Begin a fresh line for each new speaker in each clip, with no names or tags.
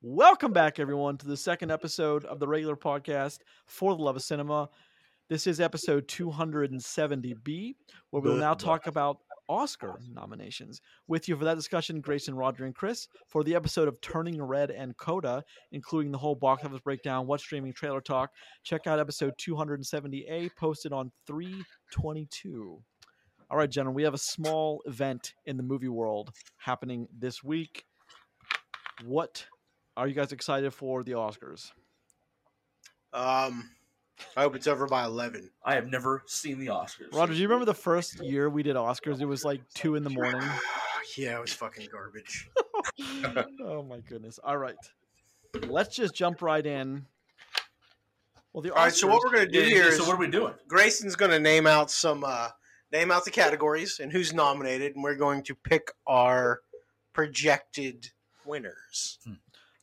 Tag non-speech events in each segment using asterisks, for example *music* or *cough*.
Welcome back, everyone, to the second episode of the regular podcast for the love of cinema. This is episode 270B, where we will now talk about Oscar nominations. With you for that discussion, Grayson, Roger, and Chris for the episode of Turning Red and Coda, including the whole box office breakdown, what streaming trailer talk. Check out episode 270A, posted on 322. All right, gentlemen, we have a small event in the movie world happening this week. What are you guys excited for the Oscars?
Um, I hope it's over by eleven. *sighs*
I have never seen the Oscars.
Roger, do you remember the first year we did Oscars? It was like two in the morning.
*laughs* yeah, it was fucking
*laughs*
garbage.
oh my goodness. All right. Let's just jump right in. Well, the Oscars,
All right, so what we're gonna do
Yeah, yeah,
here
so
is
what are we doing?
Grayson's gonna name out some uh, name out the categories and who's nominated, and we're going to pick our projected winners.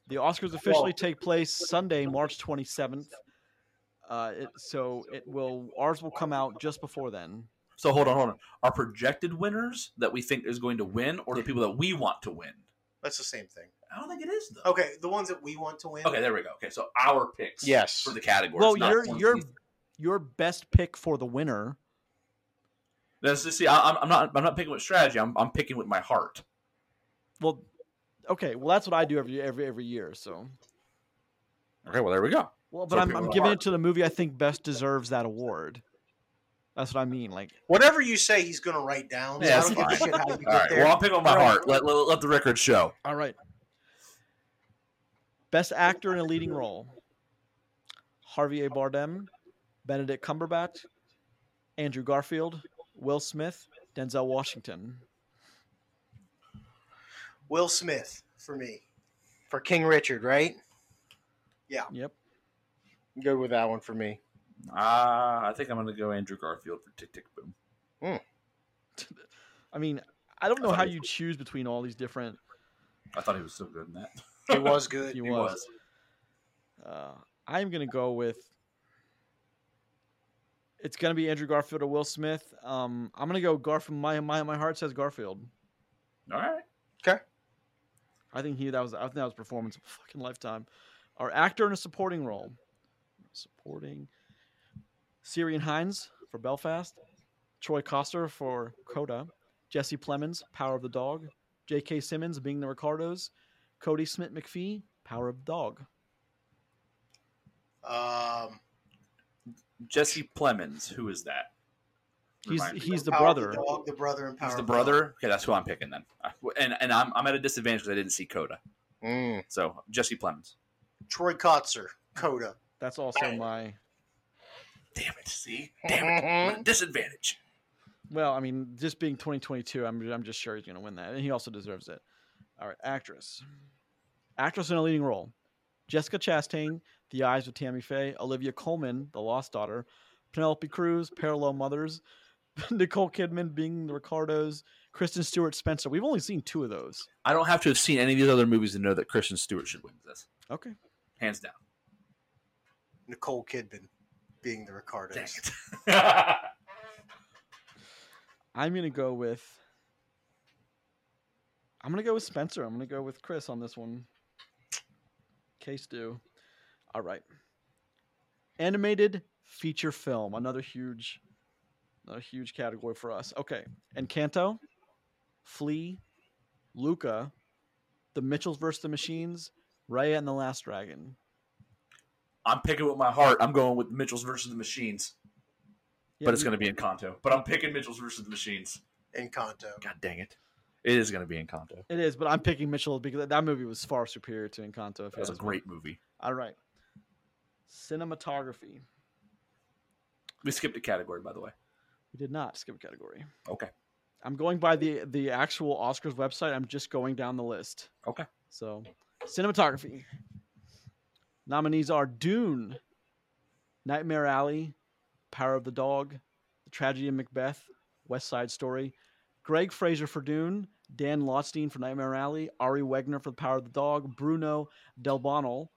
the Oscars officially take place Sunday, March 27th. Uh, it, so it will ours will come out just before then.
So hold on, hold on. Are projected winners that we think is going to win, or the people that we want to win?
That's the same thing.
I don't think it is though.
Okay, the ones that we want to win.
Okay, there we go. Okay, so our picks.
Yes.
For the categories.
Well,
not
your
ones
your
we-
your best pick for the winner.
That's just, see, I, I'm- I'm not. I'm not picking with strategy. I'm, I'm picking with my heart.
Well, okay. Well, that's what I do every every every year. So,
Okay, well there we go.
well, but
So
I'm
people
I'm
are-
giving it to the movie I think best deserves that award. That's what I mean. Like,
Whatever you say, he's gonna write down.
Yeah,
so I don't
that's
give a shit how you get
All right.
there.
Well, I'm picking with my
All right.
heart. Let, let, let the record show.
all right. Best actor in a leading role: Harvey A. Bardem, Benedict Cumberbatch, Andrew Garfield, Will Smith, Denzel Washington.
Will Smith for me, for King Richard, right?
Yep.
Good with that one for me.
Ah, I think I'm going to go Andrew Garfield for Tick Tick Boom.
I mean, I don't know
thought
how
he-
you choose between all these different.
I thought he was so good in that.
He was *laughs* good.
He
He
was.
was.
Uh, I'm gonna go with. It's gonna be Andrew Garfield or Will Smith. Um, I'm gonna go Garfield. My my my heart says Garfield.
*laughs* All right.
I think he that was I think that was performance of a fucking lifetime. Our actor in a supporting role, supporting Syrian Hines for Belfast, Troy Coster for Coda, Jesse Plemons Power of the Dog, J.K. Simmons being the Ricardos, Cody Smith McPhee Power of the Dog.
Um,
Jesse Plemons. Who is that?
He's
Remind me.
he's the
Power of
brother.
dog, the brother, and power.
He's the
of Dog.
brother. Okay, that's who I'm picking then. I- And and I'm, I'm at a disadvantage because I didn't see Coda.
Mm.
So Jesse Plemons.
Troy Kotzer, Coda.
That's also my.
Damn it! See, damn
*laughs*
it! I'm at a disadvantage.
Well, I mean, just being 2022, I'm I'm just sure he's going to win that, and he also deserves it. All right, actress, actress in a leading role: Jessica Chastain, The Eyes of Tammy Faye, Olivia Colman, The Lost Daughter, Penelope Cruz, Parallel Mothers, *laughs* Nicole Kidman, being the Ricardos, Kristen Stewart, Spencer. We've only seen two of those.
I don't have to have seen any of these other movies to know that Christian Stewart should win this,
Okay,
hands down.
Nicole Kidman being the
Dang
Ricardos.
it! *laughs*
I'm going to go with. I'm going to go with Spencer. I'm going to go with Chris on this one. Case due. All right. Animated feature film, another huge, another huge category for us. Okay, Encanto, Flea, Luca, The Mitchells versus the Machines, Raya and the Last Dragon.
I'm picking with my heart. I'm going with Mitchell's versus the Machines,
Yeah,
but it's
you-
going to be in Encanto. But I'm picking Mitchell's versus the Machines.
Encanto.
God dang it! It is going to be Encanto.
It is, but I'm picking Mitchell because that movie was far superior to Encanto. if you
That was a
ask me.
great movie.
All right. Cinematography.
We skipped a category, by the way.
We did not skip a category.
Okay.
I'm going by the the actual Oscars website. I'm just going down the list.
Okay.
So, cinematography. Nominees are Dune, Nightmare Alley, Power of the Dog, The Tragedy of Macbeth, West Side Story, Greg Fraser for Dune, Dan Lotstein for Nightmare Alley, Ari Wegner for The Power of the Dog, Bruno Del Bonnell,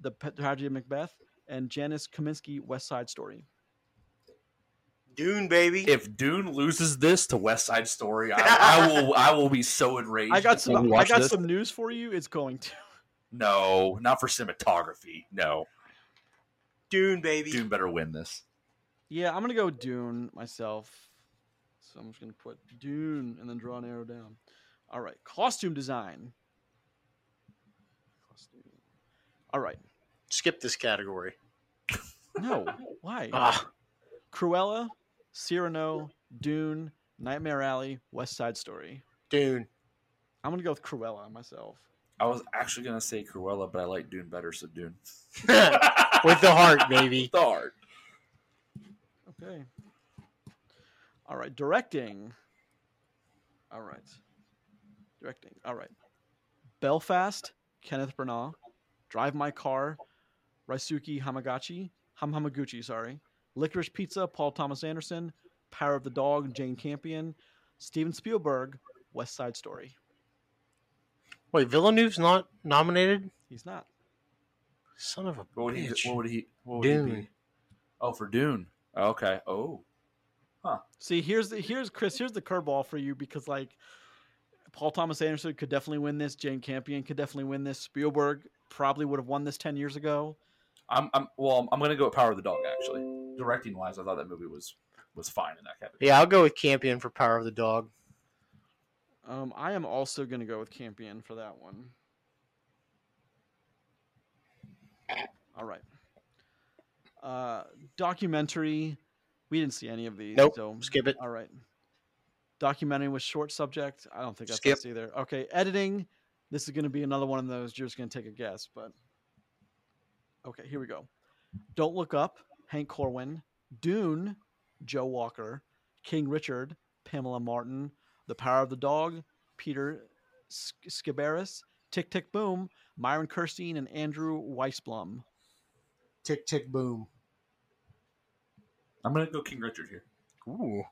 The Pe- Tragedy of Macbeth, and Janice Kaminsky, West Side Story.
Dune, baby.
If Dune loses this to West Side *laughs* Story, I, I will. I will be so enraged.
I got
when we
some. I
watch
got
this.
some news for you. It's going to. *laughs*
No, not for cinematography. No,
Dune, baby.
Dune better win this.
Yeah, I'm gonna go Dune myself. So I'm just gonna put Dune and then draw an arrow down. All right, costume design. Costume. All right.
Skip this category.
*laughs*
No, why?
Uh,
Ah,
Cruella, Cyrano, Dune, Nightmare Alley, West Side Story.
Dune.
I'm gonna go with Cruella myself.
I was actually gonna say Cruella, but I like Dune better, so Dune.
With the heart, baby.
the heart.
Okay. All right, directing. All right. Directing. All right. Belfast, Kenneth Branagh, Drive My Car, Raisuke Hamaguchi, Ham Hamaguchi, sorry. Licorice Pizza, Paul Thomas Anderson, Power of the Dog, Jane Campion, Steven Spielberg, West Side Story.
Wait, Villeneuve's not nominated?
He's not.
Son of a
What would he?
bitch.
What would he? What would he
Dune.
be? Oh, for Dune. Okay. Oh,
See, here's the here's Chris. Here's the curveball for you because like Paul Thomas Anderson could definitely win this. Jane Campion could definitely win this. Spielberg probably would have won this ten years ago.
I'm. I'm. Well, I'm gonna go with Power of the Dog. Actually, directing wise, I thought that movie was was fine in that category.
Yeah, I'll go with Campion for Power of the Dog.
Um, I am also going to go with Campion for that one. All right. Uh, documentary. We didn't see any of these.
Nope.
So
Skip it.
all right. Documentary with short subject. I don't think that's
Skip.
us either. Okay, editing. This is going to be another one of those. You're just going to take a guess, but okay, here we go. Don't look up. Hank Corwin, Dune, Joe Walker, King Richard, Pamela Martin, The Power of the Dog, Peter Sk- Skibaris, Tick Tick Boom, Myron Kirstein, and Andrew Weisblum.
Tick, tick, boom.
I'm gonna go King Richard here. *laughs*
Ooh,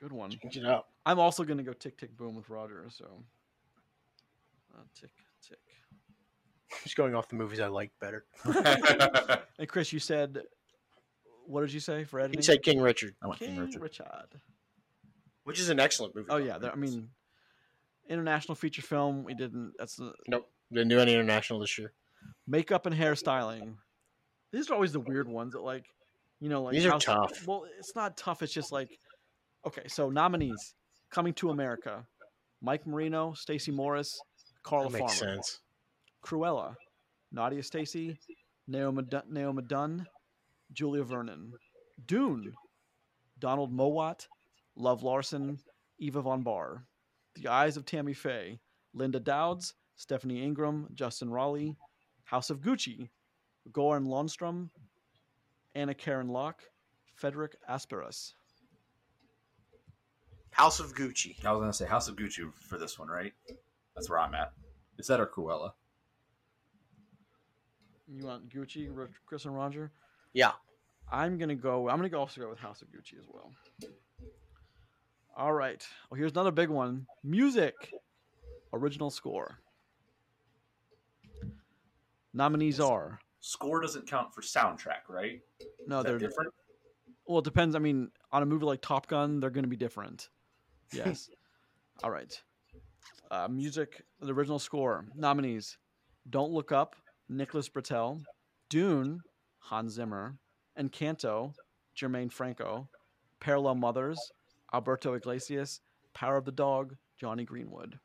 Good one.
change it up.
I'm also going to go Tick Tick Boom with Roger. So uh, tick tick.
Just going off the movies I like better.
I
And Chris, you said, what did you say for editing?
He said King Richard,
went
King
King Richard.
Richard.
which is an excellent movie.
Oh
by the
yeah,
way.
there- I mean, international feature film. We didn't. That's the
nope, didn't do any international this year.
makeup and hairstyling. These are always the weird ones that like, you know, like
These are
how's-
tough.
Well, it's not tough. It's just like, okay, so nominees: Coming to America, Mike Marino, Stacey Morris, Carla
That makes
Farmer,
sense.
Cruella, Nadia Stacey, Naomi Dun- Naomi Dunn, Julia Vernon, Dune, Donald Mowat, Love Larson, Eva Von Barr, The Eyes of Tammy Faye, Linda Dowds, Stephanie Ingram, Justin Raleigh, House of Gucci, Goran Lundstrom, Anna Karen Locke, Frederick Asperus.
House of Gucci.
I was gonna say House of Gucci for this one, right? That's where I'm at. Is that or Cruella?
You want Gucci, Ro- Chris and Roger?
Yeah.
I'm gonna go. I'm gonna go also go with House of Gucci as well. All right. Well, here's another big one. Music, original score. Nominees are
Score doesn't count for soundtrack, right?
no,
Is that
they're
different?
well. It depends. I mean, on a movie like Top Gun, they're gonna be different. Yes. All right. Uh, music, the original score nominees: Don't Look Up, Nicholas Britell, Dune, Hans Zimmer, Encanto, Jermaine Franco, Parallel Mothers, Alberto Iglesias, Power of the Dog, Johnny Greenwood.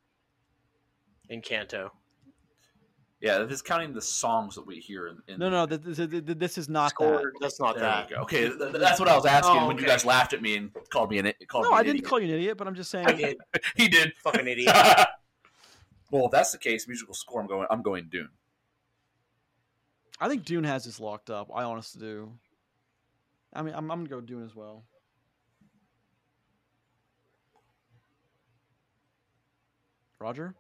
Encanto.
Yeah, if it's counting the songs that we hear in, in
No, no, th- th- th- th- this is not
Score.
that.
That's not
There
that.
we go. Okay, th- th- that's what I was asking
Oh,
when you
okay.
guys laughed at me and called me an i- called
No,
me
I
an
didn't
idiot.
call you an idiot, but I'm just saying.
I did.
He did.
Fucking *laughs* idiot.
*laughs* well, if that's the case, musical score. I'm going. I'm going Dune.
I think Dune has this locked up. I honestly do. I mean, I'm, I'm gonna go Dune as well. Roger.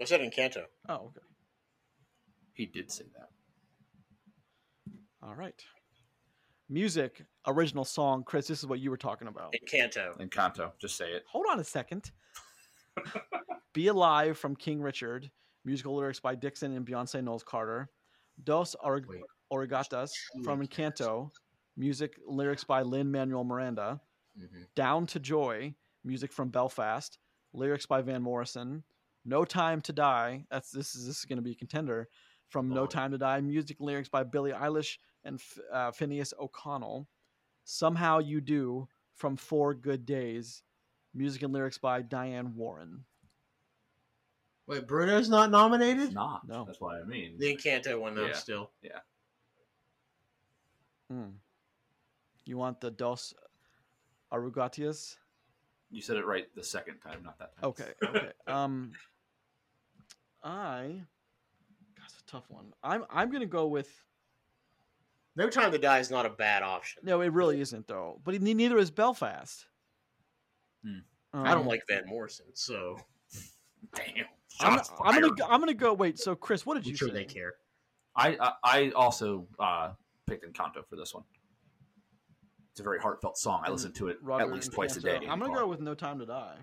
I said Encanto.
Oh, okay.
He did say that.
All right. Music, original song. Chris, this is what you were talking about.
Encanto.
Encanto. Just say it.
Hold on a second. Be Alive from King Richard, musical lyrics by Dixon and Beyonce Knowles Carter. Dos Or-
Wait.
Origatas from Encanto, music lyrics by Lynn Manuel Miranda.
Mhm.
Down to Joy, music from Belfast, lyrics by Van Morrison, No Time to Die. That's this is this is going to be a contender from No
Oh.
Time to Die. Music and lyrics by Billie Eilish and F- uh, Phineas O'Connell. Somehow You Do from Four Good Days. Music and lyrics by Diane Warren.
Wait, Bruno's not nominated?
It's not.
No.
That's what I mean.
The Encanto one though.
Yeah.
Still,
Mm. You want the Dos Arugatias?
You said it right the second time, not that time.
Okay, okay. um, I. That's a tough one. I'm I'm gonna go with.
No Time to Die is not a bad option.
No, it really isn't though. But ne- neither is Belfast.
Hmm.
I don't
Um,
like Van Morrison, so
Damn.
I'm,
Shots
I'm gonna
fired.
go, I'm gonna go. Wait, so Chris, what did
I'm
you
sure
say?
they care.
I, I I also uh, picked Encanto for this one. It's a very heartfelt song. I
And
listen to it
Robert
at least
and
twice a day.
Fiona. I'm gonna go with No Time to Die.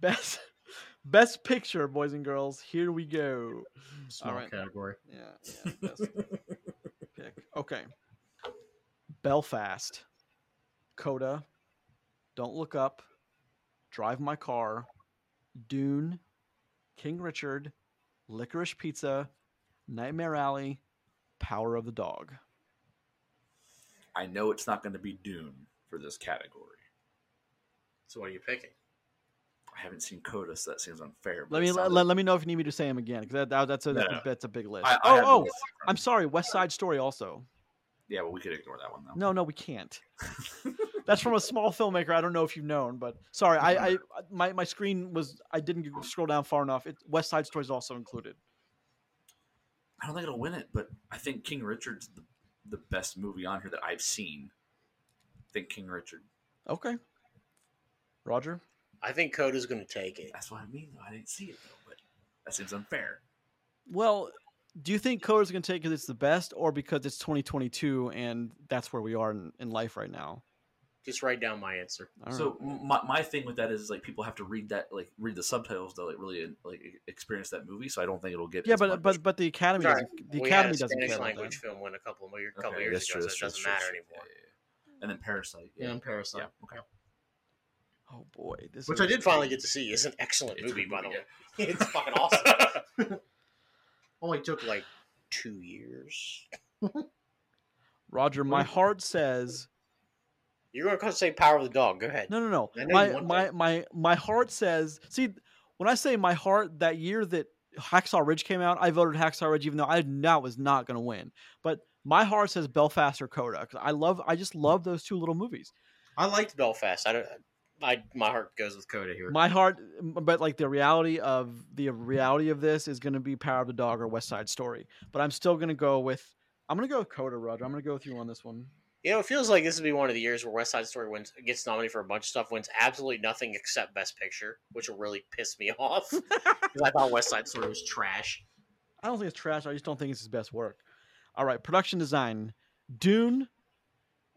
Best *laughs* Best Picture, boys and girls. Here we go.
Small
right.
category.
Yeah, yeah best pick. Okay. Belfast, Coda, Don't Look Up, Drive My Car, Dune, King Richard, Licorice Pizza, Nightmare Alley, Power of the Dog.
I know it's not going to be Dune for this category.
So what are you picking?
I haven't seen Coda, so that seems unfair. but
Let
it
me let,
sounded-
let, let me know if you need me to say them again because that, that- that's a
No,
that's,
no.
a, that's a big list.
I- I
oh
have the
oh,
list in front
I'm
of me.
sorry. West Side Story also.
Yeah, but we could ignore that one though.
No, no, we can't. That's from a small filmmaker. I don't know if you've known, but sorry, I, *laughs* I my, my screen was I didn't g- scroll down far enough. It, West Side Story is also included.
I don't think it'll win it, but I think King Richard's the, the best movie on here that I've seen. I think King Richard.
Okay, Roger.
I think Coda's going to take it.
That's what I mean. Though I didn't see it though, but that seems unfair.
Well, do you think Coda's going to take it? It's the best, or because it's 2022 and that's where we are in, in life right now.
Just write down my answer.
All right.
So m my, my thing with that is like people have to read that like read the subtitles to like really like e, experience that movie. So I don't think it'll get
yeah,
as
but
much.
but but the Academy
Sorry,
doesn't, the
we had a
Academy doesn't
Spanish
care about that.
language film win a couple of years, couple
Okay,
years
that's
ago, so
true, that's
it
true,
doesn't
that's
matter
true.
anymore.
Yeah, yeah, yeah. And then Parasite.
Yeah,
Yeah,
and Parasite,
Yeah, okay.
Oh boy, this
which
is,
I did finally get to see. is an excellent
It's a
movie,
good
by the
movie,
way. *laughs* It's
*laughs*
fucking awesome. Only took like two years.
Roger. My heart says
You're going to say Power of the Dog. Go ahead.
No, no, no.
I know you
My
want
my
that.
my my heart says. See, when I say my heart, that year that Hacksaw Ridge came out, I voted Hacksaw Ridge, even though I now was not going to win. But my heart says Belfast or Coda because I love, I just love those two little movies.
I liked Belfast. I don't. I my heart goes with Coda here.
My heart, but like the reality of the reality of this is going to be Power of the Dog or West Side Story. But I'm still going to go with. I'm going to go with Coda, Roger. I'm going to go with you on this one.
you know, it feels like this would be one of the years where West Side Story wins, gets nominated for a bunch of stuff, wins absolutely nothing except Best Picture, which will really piss me *laughs*
*laughs*
off because I thought West Side Story was trash.
I don't think it's trash. I just don't think it's his best work. All right, production design: Dune,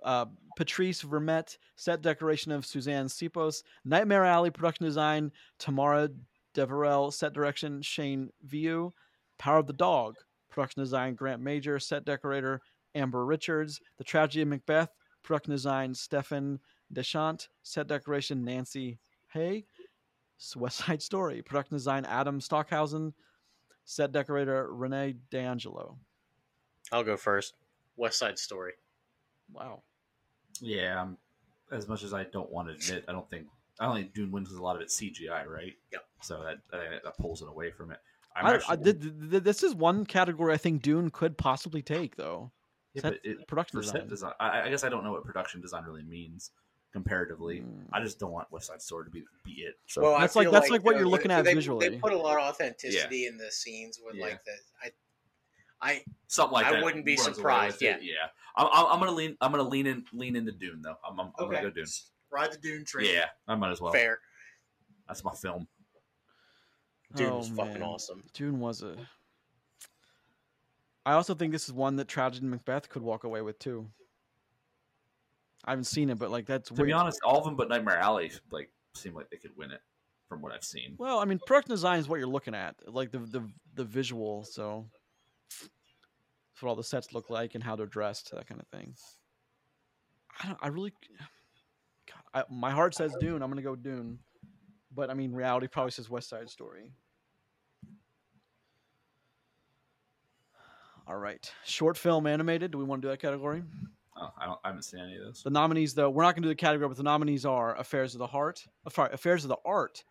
uh, Patrice Vermette, set decoration of Suzanne Sipos, Nightmare Alley production design: Tamara Deverell, set direction Shane View, Power of the Dog production design: Grant Major, set decorator Amber Richards, The Tragedy of Macbeth production design: Stefan Deschant, set decoration Nancy Hay, West Side Story production design: Adam Stockhausen set decorator Renee D'Angelo.
I'll go first. West Side Story.
Wow.
Yeah, um, as much as I don't want to admit, I don't think I don't think Dune wins 'cause a lot of it's CGI, right?
Yep.
So that that, that pulls it away from it. I'm
I, I,
actually-
th- th- th- this is one category I think Dune could possibly take, though.
yeah,
set
but it,
production
for
design.
set design, I, I guess I don't know what production design really means comparatively.
Mm.
I just don't want West Side Story to be be it. So
I That's like- feel that's like like, what you you're know, looking they- at they- they
uh, They
visually. put
put a lot of authenticity in the scenes with
Yeah. like,
like the. I, I
something like
I
that.
wouldn't be
runs away
surprised,
with it. yeah. I'm, I'm, I'm gonna lean. I'm gonna lean in. Lean into Dune though. I'm, I'm, I'm
okay.
gonna go Dune.
Ride the Dune train.
Yeah, I might as well.
fair.
That's my film.
Dune
Oh,
was fucking
man.
awesome.
Dune was a. I also think this is one that Tragedy and Macbeth could walk away with too. I haven't seen it, but like that's
To be
weird.
honest, all of them but Nightmare Alley like seem like they could win it from what I've seen.
Well, I mean, production design is what you're looking at, like the the the visual. So, it's what all the sets look like and how they're dressed, that kind of thing. I don't. I really. God, I, my heart says Dune. I'm gonna go Dune, but I mean, reality probably says West Side Story. All right, short film animated. Do we want to do that category?
Oh, I, don't, I haven't seen any of those.
The nominees, though, we're not going to do the category, but the nominees are Affairs of the Heart, uh, sorry, Affairs of the Art,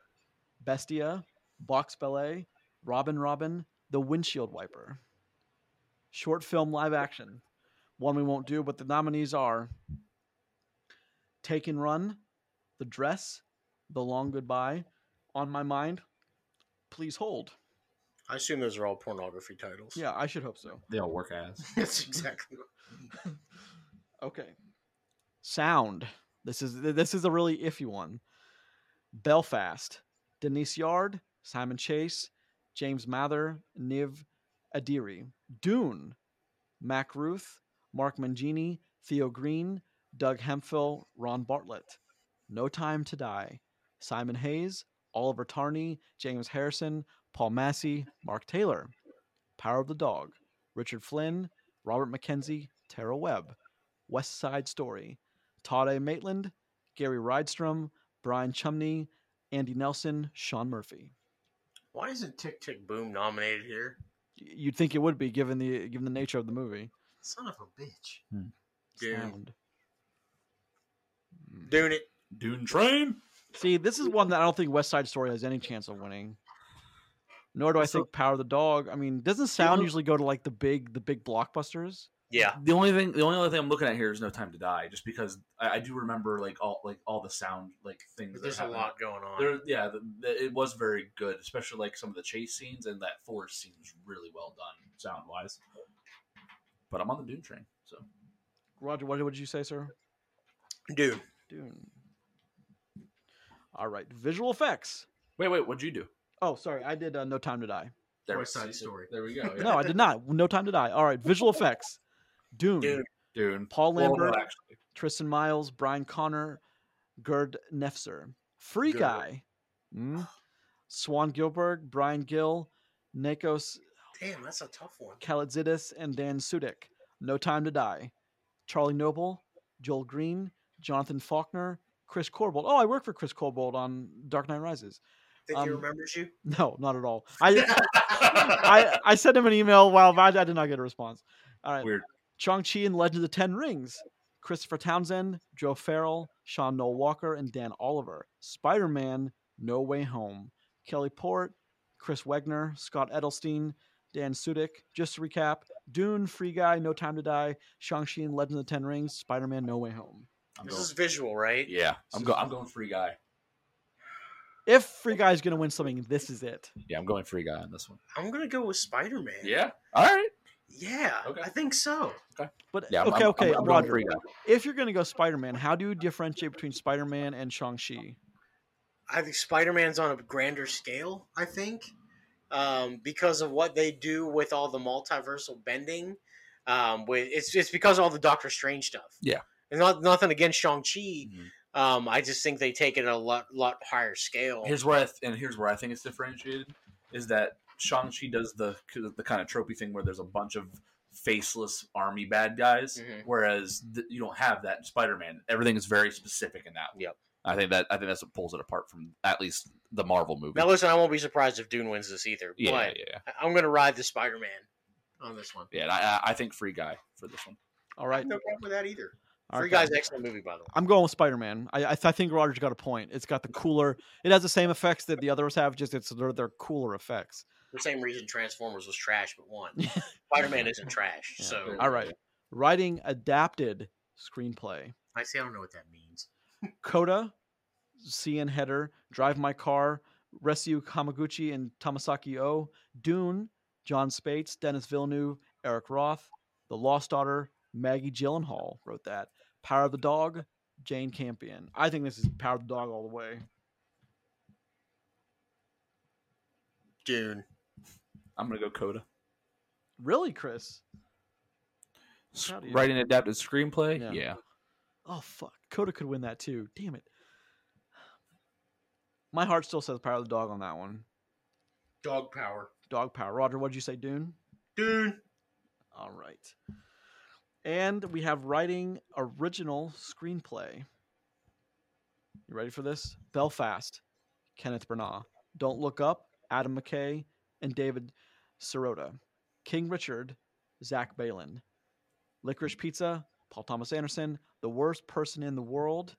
Bestia, Box Ballet, Robin Robin, The Windshield Wiper. Short film live action. One we won't do, but the nominees are Take and Run, The Dress, The Long Goodbye, On My Mind, Please Hold.
I assume those are all pornography titles.
Yeah, I should hope so.
They all work as.
*laughs* that's exactly. What...
Okay. Sound. This is this is a really iffy one. Belfast, Denise Yard, Simon Chase, James Mather, Niv Adiri, Dune, Mac Ruth, Mark Mangini, Theo Green, Doug Hemphill, Ron Bartlett, No Time to Die, Simon Hayes, Oliver Tarney, James Harrison, Paul Massey, Mark Taylor, Power of the Dog, Richard Flynn, Robert McKenzie, Tara Webb, West Side Story, Todd A. Maitland, Gary Rydstrom, Brian Chumney, Andy Nelson, Sean Murphy.
Why isn't Tick Tick Boom nominated here?
You'd think it would be given the given the nature of the movie.
Son of a bitch.
Hmm.
Dune.
Sound.
Dune it.
Dune Train.
See, this is one that I don't think West Side Story has any chance of winning. Nor do I
Also-
think Power of the Dog. I mean, doesn't sound
know-
usually go to like the big the big blockbusters?
Yeah.
The only thing, the only other thing I'm looking at here is No Time to Die, just because I, I do remember like all like all the sound like things. that
There's a
happened.
lot going on.
There, yeah, the, the, it was very good, especially like some of the chase scenes and that forest scene was really well done sound wise. But I'm on the Dune train, so
Roger, what would you say, sir?
Dune.
Dune. All right, visual effects.
wait, wait, what'd you do?
Oh, sorry, I did uh, No Time to Die.
There
West
we-
Side Story.
There we go. Yeah.
No, I did not. No Time to Die. All right, visual effects. Dune.
Dune.
Dune.
Paul
Well,
Lambert,
no, actually,
Tristan Miles, Brian Connor, Gerd Nefzer, Free
Good.
Guy, Mm. Swan Gilberg, Brian Gill, Nikos
Damn, that's a tough one.
Kalitzidis, and Dan Sudik. No Time to Die. Charlie Noble, Joel Green, Jonathan Faulkner, Chris Corbold. Oh, I worked for Chris Corbold on Dark Knight Rises.
Think
Um,
he remembers *laughs* you?
No, not at all. I I, I sent him an email while I did not get a response. All right.
Weird.
Chong Chi and Legend of the Ten Rings, Christopher Townsend, Joe Farrell, Sean Noel Walker, and Dan Oliver, Spider Man, No Way Home, Kelly Port, Chris Wegner, Scott Edelstein, Dan Sudik. Just to recap Dune, Free Guy, No Time to Die, Shang-Chi and Legend of the Ten Rings, Spider Man, No Way Home.
I'm
This
going,
is visual, right?
yeah, I'm
is-
going. I'm going free guy.
If Free Guy's going to win something, this is it.
Yeah, I'm going free guy on this one.
I'm gonna go with Spider Man.
Yeah. All right.
Yeah.
Okay.
I think so.
But
Yeah. I'm,
okay,
I'm-
okay,
I'm, I'm going
Roger.
free guy.
if you're going to go Spider Man, how do you differentiate between Spider Man and Shang-Chi?
I think Spider Man's on a grander scale. I think um, because of what they do with all the multiversal bending. Um, with it's it's because of all the Doctor Strange stuff.
Yeah.
and not nothing against Shang Chi.
Mhm.
Um, I just think they take it at a lot lot higher scale.
Here's where I th- and here's where I think it's differentiated is that Shang Chi does the the kind of tropey thing where there's a bunch of faceless army bad guys,
Mhm.
whereas th- you don't have that in Spider Man. Everything is very specific in that. one.
Yep.
I think that I think that's what pulls it apart from at least the Marvel movie.
now listen, I won't be surprised if Dune wins this either.
yeah, yeah,
but
yeah,
I- I'm gonna ride the Spider Man on this one.
yeah. and I, I- I think Free Guy for this one.
All
I
right.
have no problem with that either.
all right,
Free
guys.
Guy's an excellent movie, by the way.
I'm going with Spider Man. I I, th- I think Roger's got a point. It's got the cooler. It has the same effects that the others have. Just it's they're, they're cooler effects.
The same reason Transformers was trash, but
*laughs*
one Spider Man isn't trash.
Yeah.
So
All right. Writing adapted screenplay.
I say I don't know what that means.
Coda, CN Header, Drive My Car, Rescue Kamaguchi and Tamasaki O, Dune, John Spates, Dennis Villeneuve, Eric Roth, The Lost Daughter, Maggie Gyllenhaal wrote that. Power of the Dog, Jane Campion. I think this is Power of the Dog all the way.
Dune.
I'm gonna go Coda.
Really, Chris?
S-
How do you-
Writing adapted screenplay.
Yeah.
Yeah.
Oh fuck, Coda could win that too. Damn it. My heart still says Power of the Dog on that one.
Dog power.
Dog power. Roger, what'd you say, Dune?
Dune.
All right. And we have writing original screenplay. You ready for this? Belfast, Kenneth Branagh. Don't Look Up, Adam McKay, and David Sirota. King Richard, Zach Balin. Licorice Pizza, Paul Thomas Anderson. The Worst Person in the World,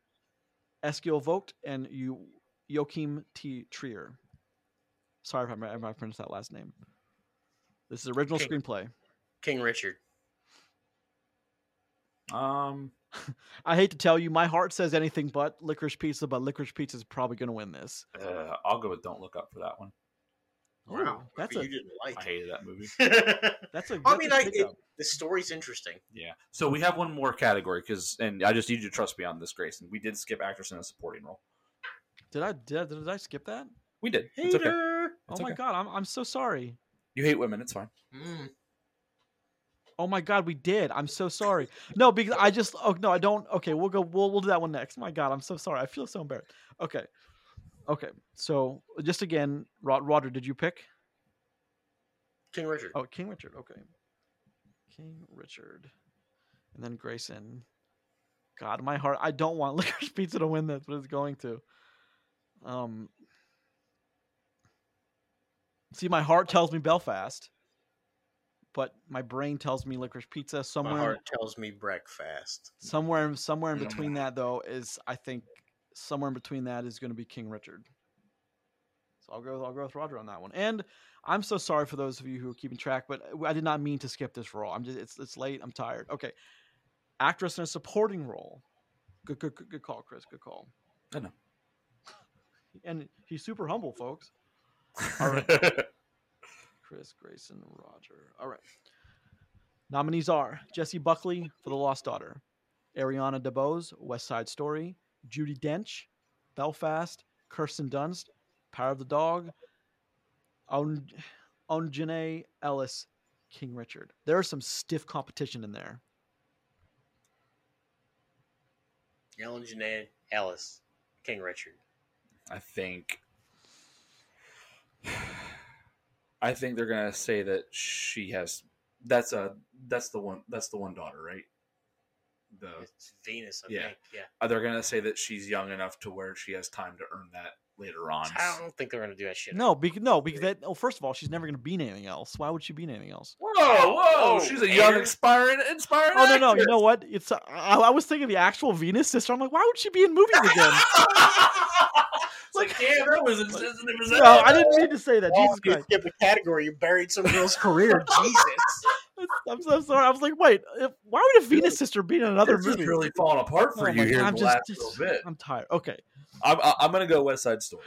Eskil Vogt, and you, Joachim T. Trier. Sorry if I, if I pronounced that last name. This is original
King.
screenplay.
King Richard.
Um,
I hate to tell you, my heart says anything but Licorice Pizza, but Licorice Pizza is probably going to win this.
uh, I'll go with Don't Look Up for that one.
Wow, that's
you
a
didn't
I
like.
hated that movie.
*laughs* that's a.
*laughs* I
that's
mean,
a
like,
pickup.
the story's interesting.
Yeah. So we have one more category because, and I just need you to trust me on this, Grayson. We did skip actress in a supporting role.
did I did, I- did I skip that?
We did. It's okay.
Hater.
It's
oh my
okay.
god, I'm I'm so sorry.
You hate women.
*laughs*
It's fine.
Mm.
Oh my god, we did. I'm so sorry. No, because I just oh no, I don't. Okay, we'll go. We'll we'll do that one next. My god, I'm so sorry. I feel so embarrassed. Okay, okay. So just again, Rod, Roder, did you pick?
King Richard.
Oh, King Richard. Okay. King Richard. And then Grayson. God, my heart. I don't want *laughs* Licorice Pizza to win this, but it's going to. Um. See, my heart tells me Belfast, but my brain tells me Licorice Pizza.
My
Somewhere,
heart tells me breakfast.
somewhere, somewhere in
Mm.
between that, though, is I think somewhere in between that is going to be King Richard. So I'll go. I'll go with Roger on that one. And I'm so sorry for those of you who are keeping track, but uh, I did not mean to skip this role. I'm just. It's it's late. I'm tired. Okay, actress in a supporting role. Good good good, good call, Chris. Good call.
I know.
*laughs* And he's super humble, folks.
All right.
Chris Grayson Roger. All right. Nominees are Jesse Buckley for The Lost Daughter, Ariana DeBose, West Side Story, Judy Dench, Belfast, Kirsten Dunst, Power of the Dog, On Onjane Ellis, King Richard. There is some stiff competition in there.
Ellen Janae Ellis. King Richard.
I think. I think they're gonna say that she has. That's a. That's the one. That's the one daughter, right? The
It's Venus, I
Oh. Yeah.
think. Yeah.
uh, they're gonna say that she's young enough to where she has time to earn that later on.
I don't think they're gonna do that shit.
No, because no, because that. Oh, first of all, she's never going to be in anything else. Why would she be in anything else?
Oh, Whoa, whoa!
Whoa,
she's a young,
Aaron.
inspiring, inspiring.
Oh no, no, you
actress.
know what? It's uh, I, I was thinking the actual Venus sister. I'm like, why would she be in movies again?
It's like, damn, that was insensitive. as
No,
hell.
I didn't mean to say that.
Oh,
Jesus
you
Christ.
skip a category. You buried some
*laughs*
girl's career.
*laughs*
Jesus.
I'm so sorry. I was like, wait, if, why would a Venus sister be in another
This is
movie?
really falling apart for
Oh
you
my
here
God,
in
I'm
the
just-
last
just-
little bit.
I'm tired. Okay.
I'm, I- I'm gonna go West Side Story.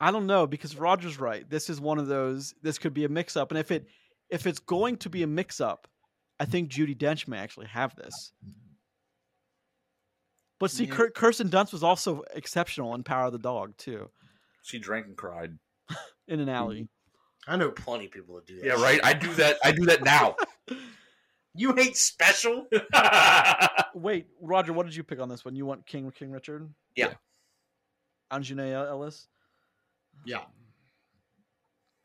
I don't know because Roger's right. This is one of those. This could be a mix-up, and if it if it's going to be a mix-up, I think Judy Dench may actually have this. But see,
Yeah.
Kir- Kirsten Dunst was also exceptional in Power of the Dog too,
She drank and cried.
in an
Mm-hmm.
alley.
I know plenty of people that do that.
Yeah, right.
shit.
I do that. I do that *laughs* now.
You hate
*laughs*
special?
Wait, Roger, what did you pick on this one? You want King King Richard?
Yeah.
Anjanae Ellis.
Yeah.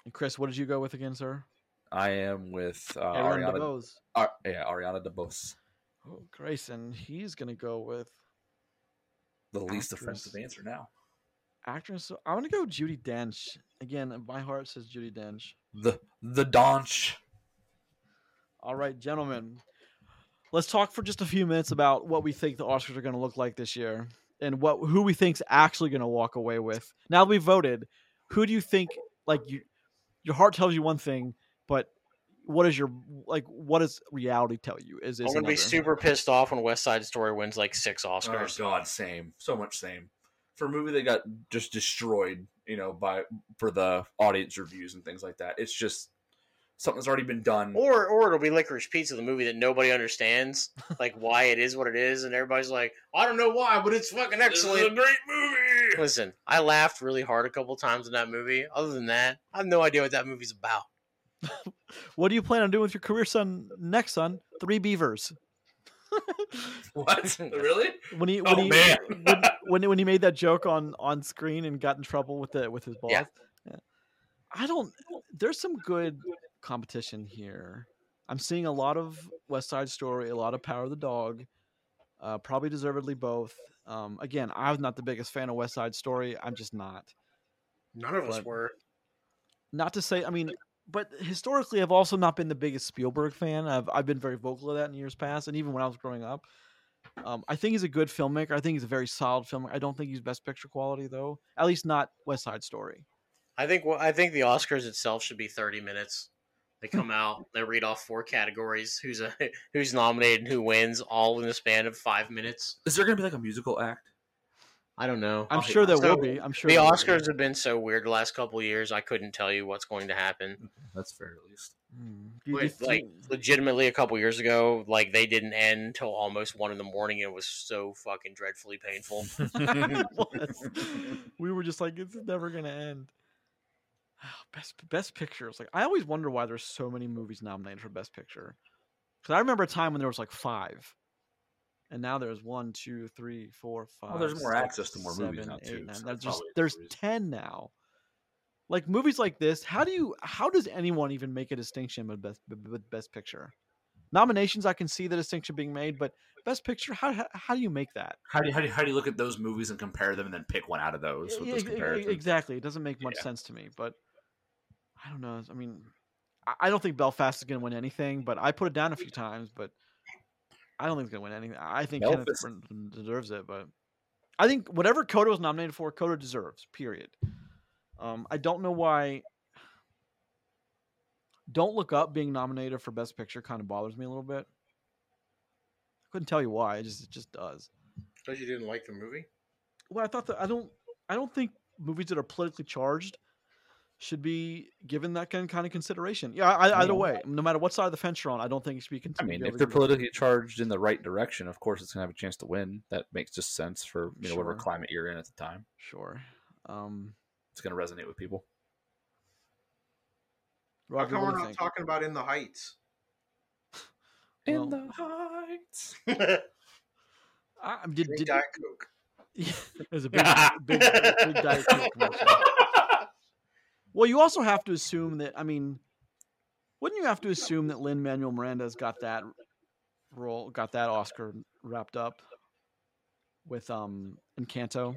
And Chris, what did you go with again, sir?
I am with uh,
Ariana
Ariana.
DeBose.
Ar- yeah, Ariana DeBose.
Oh, Grayson, he's gonna go with
The least
Actress.
offensive answer now.
actress. So I'm gonna go Judy Dench again. My heart says Judy Dench.
The the Donch.
All right, gentlemen, let's talk for just a few minutes about what we think the Oscars are gonna look like this year and what who we think's actually gonna walk away with. Now that we voted, who do you think? Like you, your heart tells you one thing, but what is your like? What does reality tell you? Is this
I'm gonna be
another?
super pissed off when West Side Story wins like six
Oh
Oscars.
God, same. So much same. For a movie that got just destroyed, you know, by for the audience reviews and things like that. It's just something's already been done.
Or or it'll be Licorice Pizza, the movie that nobody understands, like why it is what it is, and everybody's like, I don't know why, but it's fucking
This is a
excellent.
great movie.
Listen, I laughed really hard a couple times in that movie. Other than that, I have no idea what that movie's about.
What do you plan on doing with your career, son? Next, son, three beavers.
*laughs* What? Oh, Really?
When he, when
Oh
he,
man.
when when he made that joke on on screen and got in trouble with the with his boss.
Yeah.
Yeah. I don't. There's some good competition here. I'm seeing a lot of West Side Story, a lot of Power of the Dog, uh, probably deservedly both. Um, again, I'm not the biggest fan of West Side Story. I'm just not.
None of us
But-
were.
Not to say, I mean, but historically, I've also not been the biggest Spielberg fan. I've I've been very vocal of that in years past, and even when I was growing up. Um, I think he's a good filmmaker. I think he's a very solid filmmaker. I don't think he's best picture quality though. At least not West Side Story.
I think well, I think the Oscars itself should be 30 minutes. They come out, they read off four categories, who's a, *laughs* who's nominated and who wins, all in the span of five minutes.
Is there going to be like a musical act?
I don't know.
I'm
Okay,
sure there
Oh, so
will be. I'm sure
the
there will be.
Oscars have been so weird the last couple of years. I couldn't tell you what's going to happen.
That's fair, at least.
Mm. Do you- do you
With, like
think-
legitimately, a couple of years ago, like they didn't end till almost one in the morning. It was so fucking dreadfully painful.
*laughs* It
*laughs*
was. we were just like, it's never gonna end. Ah, Best Best Picture. It's like I always wonder why there's so many movies nominated for Best Picture. Because I remember a time when there was like five, and now there's one, two, three, four, five.
Well, there's more
six,
access to more movies
seven,
now,
eight,
too,
nine.
so
There's
that's
just
probably the
there's
reason.
ten now. Like movies like this, how do you? How does anyone even make a distinction with best with Best Picture? Nominations, I can see the distinction being made, but Best Picture, how how, how do you make that?
How do, you, how, do you, how do you look at those movies and compare them and then pick one out of those with
Yeah,
those
ex- ex-
comparisons?
e, Exactly. It doesn't make much
Yeah.
sense to me, but I don't know. I mean, I- I don't think Belfast is going to win anything, but I put it down a few times, but I don't think it's going to win anything. I I think Kenneth
Belfast-
Branagh deserves it, but I think whatever Coda was nominated for, Coda deserves, period. Um, I don't know why. Don't Look Up being nominated for Best Picture kind of bothers me a little bit. I couldn't tell you why. It just it just does.
Because you didn't like the movie.
well i thought that i don't i don't think movies that are politically charged should be given that kind kind of consideration yeah I, either
Yeah.
way no matter what side of the fence you're on i don't think it should be
I
considered
mean, if they're politically charged in the right direction, of course it's going to have a chance to win. That makes just sense for you know whatever
Sure.
climate you're in at the time.
sure um
It's going to resonate with people.
roger what do you think?
talking about In the Heights?
Well,
heights.
I, I- did, did,
Coke. *laughs*
yeah, *laughs* it was a big, big, big Diet Coke commercial. well you also have to assume that i mean wouldn't you have to assume that lynn manuel miranda's got that role got that oscar wrapped up with um encanto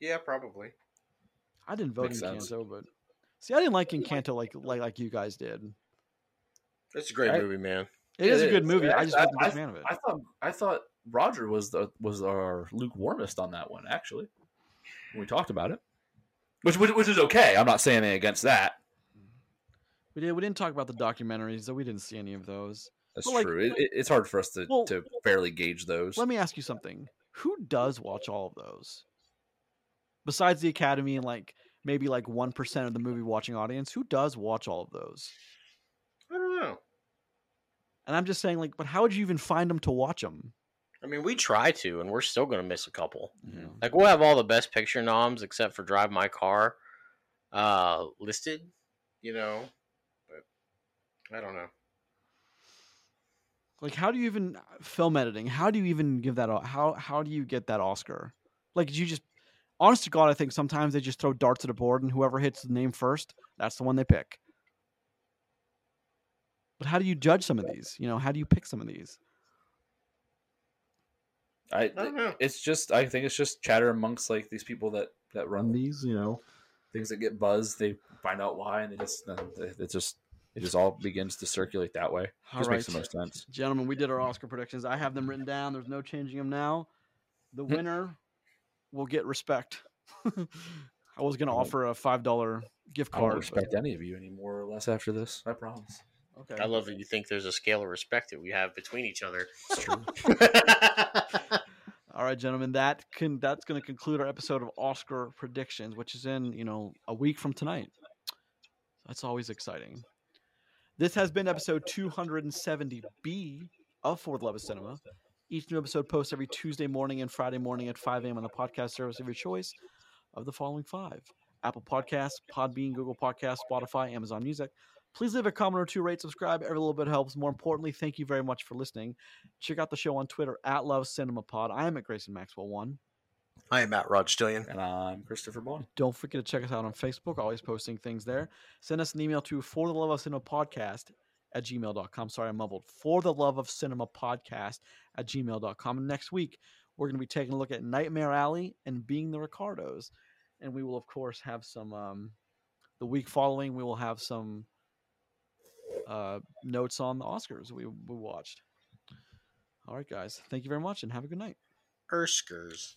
Yeah, probably.
I didn't vote
Makes
in
sense.
Encanto, but see, I didn't like Encanto like like like you guys did.
It's a great
Right.
movie, man.
it
It
is, a good
is.
movie.
I-
I just
I-
wasn't a big fan of it.
I thought I thought Roger was the was our lukewarmest on that one actually. When we talked about it, which which, which is okay. I'm not saying anything against that.
we did. We didn't talk about the documentaries, though. We didn't see any of those.
That's
Well, like-
true. It, it, it's hard for us to,
Well-
to fairly gauge those.
Let me ask you something: Who does watch all of those? Besides the Academy and like maybe like one percent of the movie watching audience, who does watch all of those?
I don't know.
And I'm just saying, like, but how would you even find them to watch them?
I mean, we try to, and we're still going to miss a couple. Like, we'll have all the best picture noms except for Drive My Car uh, listed, you know. But I don't know.
Like, how do you even uh, film editing? How do you even give that? o- How how do you get that Oscar? Like, you just, honest to God, I think sometimes they just throw darts at a board, and whoever hits the name first, that's the one they pick. But how do you judge some of these? You know, how do you pick some of these?
I,
I don't know.
it's just I think it's just chatter amongst like these people that that run these you know things that get buzzed. They find out why, and they just it just it just all begins to circulate that way.
All
Just
right,
makes the most sense.
gentlemen, we did our Oscar predictions. I have them written down. There's no changing them now. The
Hmm.
winner will get respect. *laughs* I was going to
I don't-
offer a five dollar gift
I don't
card. but-
respect any of you any more or less after this. I promise.
Okay.
I love that you think there's a scale of respect that we have between each other.
It's true.
All right, gentlemen, that can that's going to conclude our episode of Oscar predictions, which is in you know a week from tonight. That's always exciting. This has been episode 270B of Ford Love of Cinema. Each new episode posts every Tuesday morning and Friday morning at 5 a.m. on the podcast service of your choice of the following five Apple Podcasts, Podbean, Google Podcasts, Spotify, Amazon Music. Please leave a comment or two, rate, subscribe. Every little bit helps. More importantly, thank you very much for listening. Check out the show on Twitter at Love Cinema Pod. I am at Grayson Maxwell One.
I am Matt Rod Stillian.
*laughs* and I'm Christopher Bond.
Don't forget to check us out on Facebook. Always posting things there. Send us an email to for the love of cinema podcast at gmail.com. Sorry, I mumbled. For the love of cinema podcast at gmail.com. And next week, we're going to be taking a look at Nightmare Alley and Being the Ricardos. And we will, of course, have some, um, the week following, we will have some uh, notes on the Oscars we, we watched. All right, guys. Thank you very much and have a good night.
Erskers.